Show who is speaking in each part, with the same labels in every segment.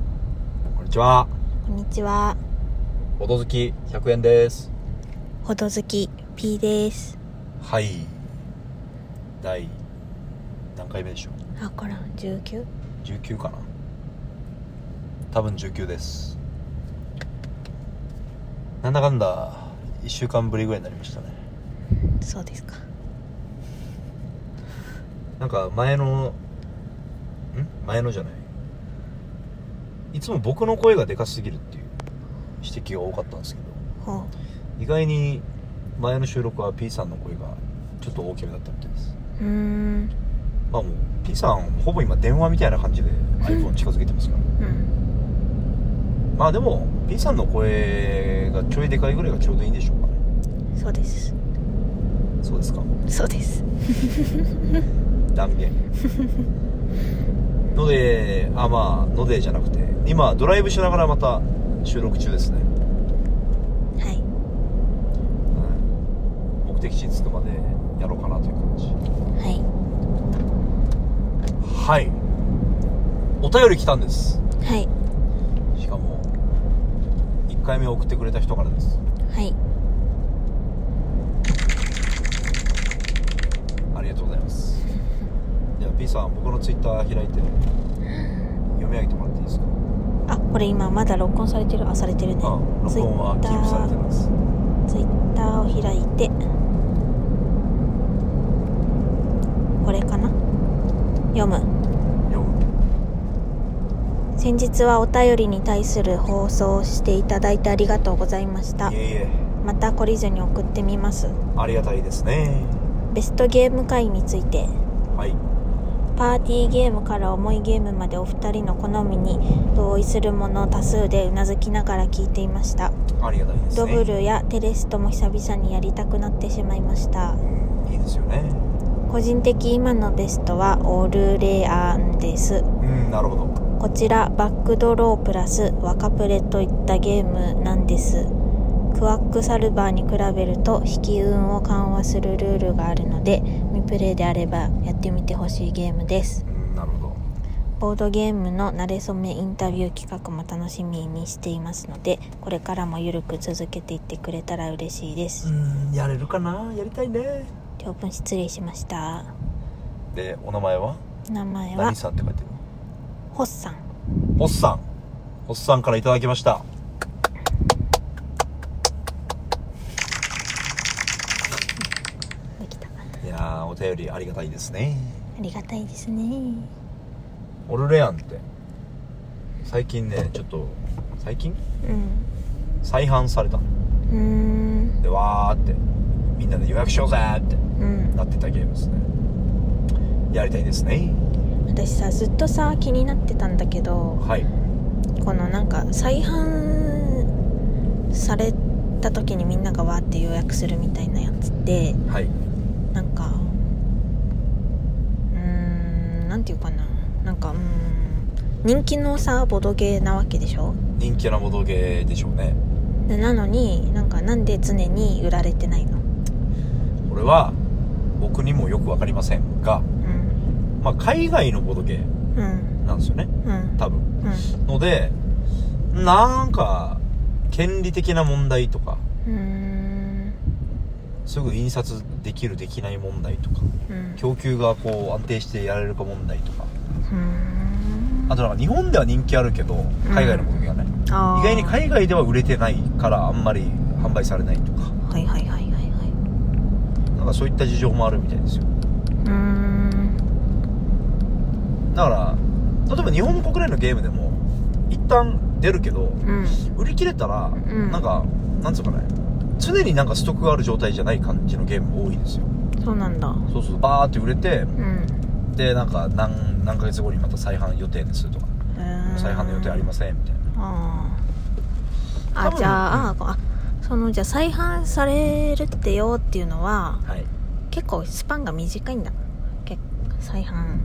Speaker 1: んにちは。
Speaker 2: こんにちは。
Speaker 1: ほど好き100円です。
Speaker 2: ほど好き P です。
Speaker 1: はい。第、何回目でしょう
Speaker 2: あ、こらん、19?
Speaker 1: ?19 かな多分19です。なんだかんだ、1週間ぶりぐらいになりましたね。
Speaker 2: そうですか。
Speaker 1: なんか前の、ん前のじゃない。いつも僕の声がでかすぎるっていう指摘が多かったんですけど、
Speaker 2: ほう。
Speaker 1: 意外に前の収録は P さんの声がちょっと大きめだったみたいです。
Speaker 2: うーん。
Speaker 1: まあもう P さんほぼ今電話みたいな感じで iPhone 近づけてますから
Speaker 2: うん。
Speaker 1: まあでも P さんの声がちょいでかいぐらいがちょうどいいんでしょうかね
Speaker 2: そうです。
Speaker 1: そうですか
Speaker 2: そうです。
Speaker 1: 断言のであまあのでじゃなくて今ドライブしながらまた収録中ですね、
Speaker 2: はい。
Speaker 1: はい目的地に着くまでやろうかなという感じ
Speaker 2: は
Speaker 1: はいお便り来たんです
Speaker 2: い。はい。
Speaker 1: しかも1回目送ってくれた人からです
Speaker 2: はい。
Speaker 1: ありがとうございます。では P さん、僕のツイッター開いて読み上げてもらっていいですか。
Speaker 2: あ、これ今まだ録音されてる。あ、されてるね。
Speaker 1: あ、録音はキープされてます。
Speaker 2: ツイッターを開いて。これかな読む。
Speaker 1: 読む。
Speaker 2: 先日はお便りに対する放送をしていただいてありがとうございました
Speaker 1: い。えいえ、
Speaker 2: また懲りずに送ってみます。
Speaker 1: ありがたいですね。
Speaker 2: ベストゲーム会について
Speaker 1: はい。
Speaker 2: パーティーゲームから重いゲームまでお二人の好みに同意するものを多数でうなずきながら聞いていました
Speaker 1: ありがたいです
Speaker 2: ド
Speaker 1: ね。
Speaker 2: ブルやテレストも久々にやりたくなってしまいました
Speaker 1: うん。いいですよね。
Speaker 2: 個人的今のベストはオールレアンです
Speaker 1: うん、なるほど。
Speaker 2: こちらバックドロープラスワカプレといったゲームなんですクワックサルバーに比べると引き運を緩和するルールがあるので未プレイであればやってみてほしいゲームです
Speaker 1: うん、なるほど。
Speaker 2: ボードゲームの慣れ初めインタビュー企画も楽しみにしていますのでこれからもゆるく続けていってくれたら嬉しいです、
Speaker 1: うん、やれるかな。やりたいね。
Speaker 2: 長文失礼しました
Speaker 1: で、お名前は？
Speaker 2: 名前は
Speaker 1: 何さんって書いてる。
Speaker 2: ホッさん
Speaker 1: おっさん。おっさんからいただきました。
Speaker 2: できたあ
Speaker 1: いやー、お便りありがたいですね。
Speaker 2: りがたいですね
Speaker 1: オルレアンって最近ねちょっと最近
Speaker 2: うん
Speaker 1: 再販されたの
Speaker 2: うーん
Speaker 1: でわーってみんなで予約しようぜーって
Speaker 2: うん
Speaker 1: なってたゲームですねやりたいですね
Speaker 2: 私さずっとさ気になってたんだけど
Speaker 1: はい
Speaker 2: このなんか再販された時にみんながわーって予約するみたいなやつって
Speaker 1: はい
Speaker 2: なんかうーんなんていうかななんかうーん人気のさボドゲーなわけでしょ
Speaker 1: 人気なボドゲーでしょうね
Speaker 2: でなのになんかなんで常に売られてないの
Speaker 1: これは僕にもよくわかりませんが、
Speaker 2: うん
Speaker 1: まあ、海外のボドゲー
Speaker 2: うん
Speaker 1: なんですよね
Speaker 2: うん
Speaker 1: 多分
Speaker 2: う
Speaker 1: のでなんか権利的な問題とか
Speaker 2: んうーん
Speaker 1: すぐ印刷できるできない問題とか
Speaker 2: うん
Speaker 1: 供給がこう安定してやれるか問題とか
Speaker 2: うーん
Speaker 1: あとなんか日本では人気あるけど海外の時はね、
Speaker 2: あー
Speaker 1: 意外に海外では売れてないからあんまり販売されないとか
Speaker 2: はいはいはいはいはい
Speaker 1: なんかそういった事情もあるみたいですよ
Speaker 2: うーん
Speaker 1: だから例えば日本国内のゲームでも一旦出るけど
Speaker 2: うん
Speaker 1: 売り切れたら
Speaker 2: ん
Speaker 1: なんか、なんつうかね常になんかストックがある状態じゃない感じのゲーム多いですよ
Speaker 2: そうなんだ
Speaker 1: そうするとバーって売れて
Speaker 2: うん
Speaker 1: でなんか何何ヶ月後にまた再販予定ですとか再販の予定ありませんみたいな
Speaker 2: あー
Speaker 1: 多
Speaker 2: あ
Speaker 1: 分
Speaker 2: じゃあ,、
Speaker 1: うん
Speaker 2: あそのじゃあ再販されるってよっていうのは
Speaker 1: はい
Speaker 2: 結構スパンが短いんだ結再販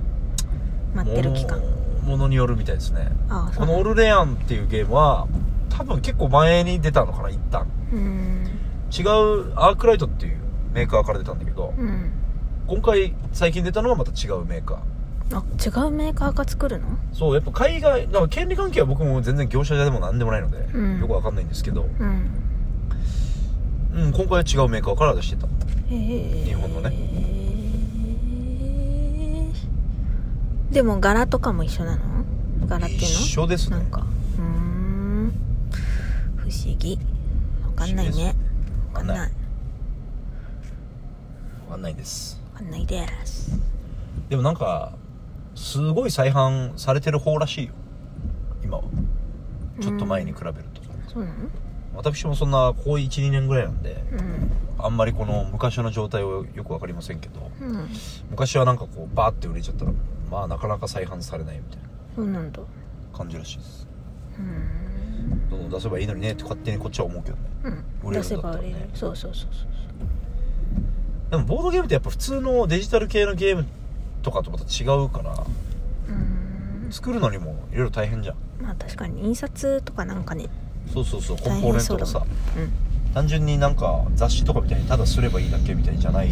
Speaker 2: 待ってる期間
Speaker 1: ものものによるみたいですね
Speaker 2: ああそ
Speaker 1: こ
Speaker 2: う
Speaker 1: の「オルレアン」っていうゲームは多分結構前に出たのかな一旦
Speaker 2: うーん
Speaker 1: 違うアークライトっていうメーカーから出たんだけど
Speaker 2: うん
Speaker 1: 今回最近出たのはまた違うメーカー
Speaker 2: あ違うメーカーが作るの
Speaker 1: そうやっぱ海外だから権利関係は僕も全然業者でも何でもないので、
Speaker 2: うん
Speaker 1: よくわかんないんですけど、
Speaker 2: うん
Speaker 1: うん、今回は違うメーカーから出してた
Speaker 2: へえ
Speaker 1: 日本のね
Speaker 2: でも柄とかも一緒なの柄っていう
Speaker 1: 一
Speaker 2: の
Speaker 1: 緒ですね
Speaker 2: なんかうーん不思議わかんないね
Speaker 1: わか
Speaker 2: わかん
Speaker 1: ん
Speaker 2: ない
Speaker 1: ない
Speaker 2: わ
Speaker 1: わかんないです
Speaker 2: かんないです
Speaker 1: でもなんかすごい再販されてる方らしいよ今はちょっと前に比べると、
Speaker 2: そうなの
Speaker 1: 私もそんなこう12年ぐらいなんで
Speaker 2: うん
Speaker 1: あんまりこの昔の状態をよくわかりませんけど
Speaker 2: うん
Speaker 1: 昔はなんかこうバーって売れちゃったらまあなかなか再販されないみたい
Speaker 2: そうなんだう
Speaker 1: な感じらしいです
Speaker 2: ーん
Speaker 1: どんどん出せばいいのにねって勝手にこっちは思うけどね
Speaker 2: うん
Speaker 1: 売れ
Speaker 2: 出
Speaker 1: るんだっ
Speaker 2: せ
Speaker 1: た
Speaker 2: ば
Speaker 1: らね
Speaker 2: 売れるそうそうそうそう
Speaker 1: でもボードゲームってやっぱ普通のデジタル系のゲームとかとまた違うから
Speaker 2: そううーん
Speaker 1: 作るのにもいろいろ大変じゃん
Speaker 2: まあ確かに印刷とかなんかね
Speaker 1: そうそうそうコ
Speaker 2: 大
Speaker 1: ンポーネ
Speaker 2: 変
Speaker 1: ン
Speaker 2: そ
Speaker 1: ト
Speaker 2: うだ
Speaker 1: が
Speaker 2: もん
Speaker 1: さ単純になんか雑誌とかみたいにただすればいいだけみたいじゃない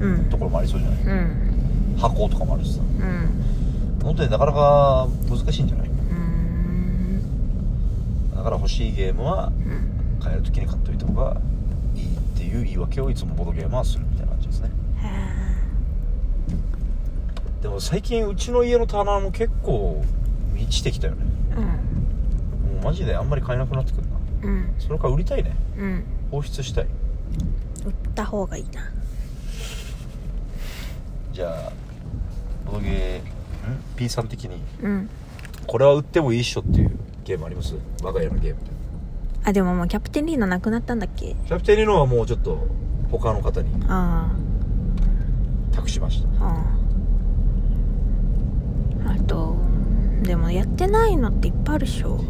Speaker 2: うんうん
Speaker 1: ところもありそうじゃない
Speaker 2: うん
Speaker 1: 箱とかもあるしさ
Speaker 2: うん
Speaker 1: 本当になかなか難しいんじゃないう
Speaker 2: ーん
Speaker 1: だから欲しいゲームは
Speaker 2: うん
Speaker 1: 買える時に買っといた方がいいっていう言い訳をいつもボードゲームはするみたいな感じですね
Speaker 2: へ
Speaker 1: でも最近うちの家の棚も結構満ちてきたよね
Speaker 2: えうん
Speaker 1: もうマジであんまり買えなくなってくるな
Speaker 2: うん
Speaker 1: それから売りたいね
Speaker 2: うん
Speaker 1: 放出したい
Speaker 2: 売った方がいいな
Speaker 1: じゃあボドゲーん P さん的に
Speaker 2: うん
Speaker 1: これは売ってもいいっしょっていうゲームあります我が家のゲームで
Speaker 2: あでももうキャプテンリーナなくなったんだっ
Speaker 1: キ
Speaker 2: け
Speaker 1: ャプテンリノはもうちょっと他の方に
Speaker 2: あ
Speaker 1: 託しました
Speaker 2: ああああとでもやってないのっていっぱいあるでしょ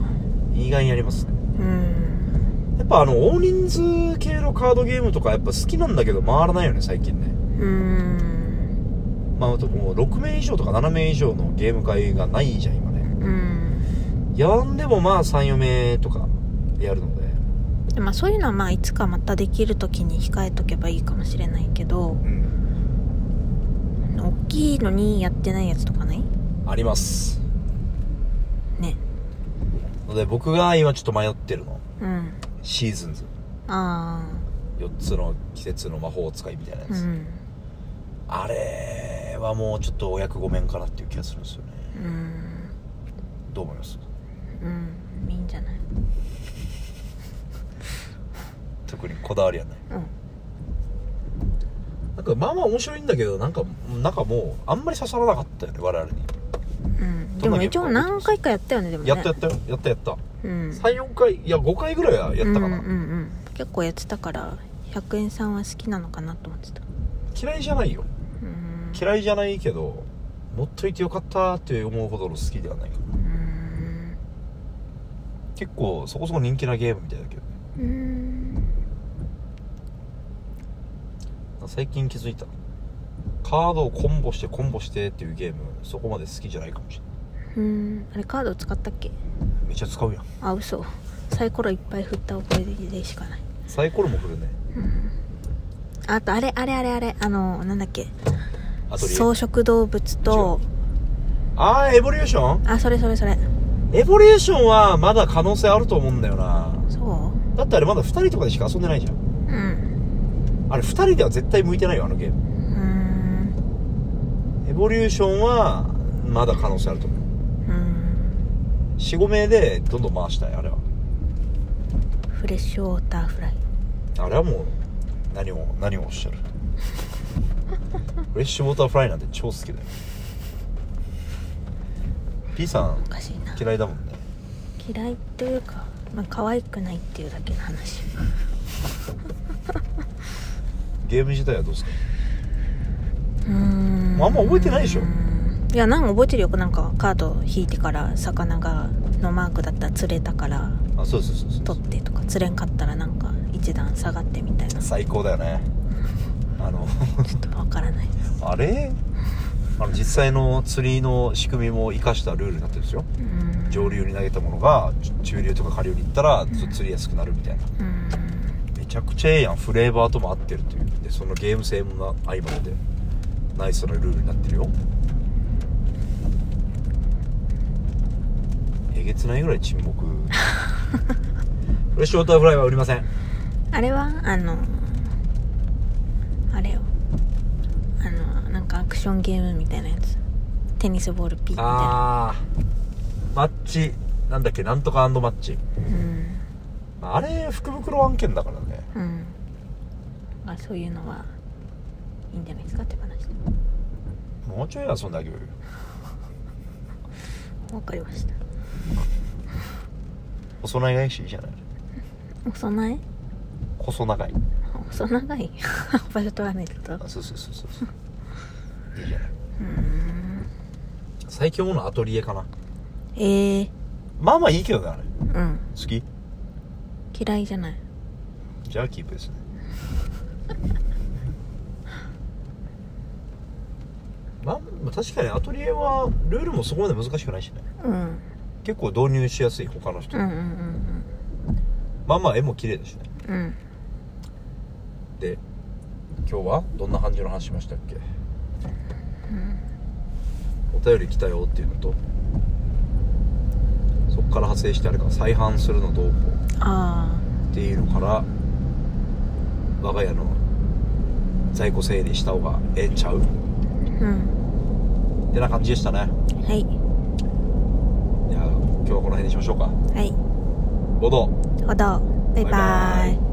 Speaker 1: 意外にやりますね
Speaker 2: うん
Speaker 1: やっぱあの大人数系のカードゲームとかやっぱ好きなんだけど回らないよね最近ね
Speaker 2: うん
Speaker 1: まああともう6名以上とか7名以上のゲーム会がないじゃん今ね
Speaker 2: うん
Speaker 1: やんでもまあ34名とかやるので
Speaker 2: でまあそういうのはまあいつかまたできる時に控えとけばいいかもしれないけど
Speaker 1: うん
Speaker 2: 大きいのにやってないやつとかない
Speaker 1: あります
Speaker 2: ね
Speaker 1: ので僕が今ちょっと迷ってるの
Speaker 2: うん
Speaker 1: シーズンズ
Speaker 2: あ
Speaker 1: 4つの季節の魔法使いみたいなや
Speaker 2: あう
Speaker 1: つ、
Speaker 2: ん
Speaker 1: あれはもうちょっとお役御免かなっていう気がするんですよね
Speaker 2: うん
Speaker 1: どう思います
Speaker 2: うんいいんじゃない
Speaker 1: 特にこだわりはない
Speaker 2: うん
Speaker 1: なんかまあまあ面白いんだけどなんかなんかもうあんまり刺さらなかったよね我々に
Speaker 2: うんでも一応何回かやったよねでもね
Speaker 1: やったやったよやったやった
Speaker 2: うん
Speaker 1: 34回いや5回ぐらいはやったかな、
Speaker 2: うんうんうん結構やってたから100円さんは好きなのかなと思ってた
Speaker 1: 嫌いじゃないよ
Speaker 2: うん
Speaker 1: 嫌いじゃないけど持っといてよかったって思うほどの好きではないかな
Speaker 2: うん
Speaker 1: 結構そこそこ人気なゲームみたいだけどね
Speaker 2: うん
Speaker 1: 最近気づいたカードをコンボしてコンボしてっていうゲームそこまで好きじゃないかもしれない
Speaker 2: うんあれカード使ったっけ
Speaker 1: めっちゃ使うやん
Speaker 2: あ嘘サイコロいっぱい振った覚えでしかない
Speaker 1: サイコロも振るね
Speaker 2: うんあとあれあれあれあれあのなんだっけ
Speaker 1: アトリエ
Speaker 2: 草食動物と
Speaker 1: ああエボリューション
Speaker 2: あそれそれそれ
Speaker 1: エボリューションはまだ可能性あると思うんだよな
Speaker 2: そ
Speaker 1: だってあれまだ2人とかでしか遊んでないじゃん
Speaker 2: ううん
Speaker 1: あれ2人では絶対向いてないよあのゲーム
Speaker 2: うん
Speaker 1: エボリューションはまだ可能性あると思う
Speaker 2: うん
Speaker 1: 45名でどんどん回したいあれは
Speaker 2: フレッシュウォーターフライ
Speaker 1: あれはもう何を何をおっしゃるフレッシュウォーターフライなんて超好きだよ P さん
Speaker 2: おかしいな
Speaker 1: 嫌いだもんね
Speaker 2: 嫌いというか、まあ可愛くないっていうだけの話
Speaker 1: ゲーム自体はどうですか
Speaker 2: うーん
Speaker 1: あんま覚えてないでしょ
Speaker 2: いやなんか覚えてるよなんかカード引いてから魚がのマークだったら釣れたから
Speaker 1: あそうそうそうそう
Speaker 2: 取ってとか釣れんかったらなんか一段下がってみたいなちょ
Speaker 1: 最高だよねあの
Speaker 2: っとわからないです
Speaker 1: あれあの実際の釣りの仕組みも生かしたルールになってるんですよ
Speaker 2: うーん
Speaker 1: 上流に投げたものがち中流とか下流に行ったらちょっと釣りやすくなるみたいな
Speaker 2: うーん
Speaker 1: めちゃくちゃええやんフレーバーとも合ってるというでそのゲーム性もな相まってナイスなルールになってるよえげつないぐらい沈 黙これショーターフライは売りません
Speaker 2: あれはあのあれよあのなんかアクションゲームみたいなやつテニスボールピーみたいな
Speaker 1: あーマッチなんだっけなんとかマッチ
Speaker 2: うん
Speaker 1: あれ福袋案件だからね
Speaker 2: うんまあそういうのはいいんじゃないですかって話
Speaker 1: もうちょい遊んであげようよ
Speaker 2: わかりました
Speaker 1: 細長いしいいじゃない
Speaker 2: 細長い
Speaker 1: 細長い
Speaker 2: 細長い 場所取らないってことう
Speaker 1: あそうそうそうそう そういいじゃない
Speaker 2: ーん
Speaker 1: 最強のアトリエかな
Speaker 2: ええ
Speaker 1: まあまあいいけどねあれ
Speaker 2: うん
Speaker 1: 好き
Speaker 2: 嫌いじゃない
Speaker 1: じゃあキープですね まあまあ確かにアトリエはルールもそこまで難しくないしね
Speaker 2: うん
Speaker 1: 結構導入しやすい他の人、
Speaker 2: うんうんうん
Speaker 1: まあまあ絵も綺麗だしね
Speaker 2: うんうん
Speaker 1: で今日はどんな感じの話しましたっけ、お便り来たよっていうのとそこから派生してあれか再販するのどうこう
Speaker 2: あ
Speaker 1: っていうのから我が家の在庫整理した方がええんちゃうっ
Speaker 2: あうん
Speaker 1: てな感じでしたね
Speaker 2: はい
Speaker 1: いや今日はこの辺にしましょうか
Speaker 2: はい
Speaker 1: ボド
Speaker 2: ほどバイバ
Speaker 1: バイバ
Speaker 2: イ
Speaker 1: イ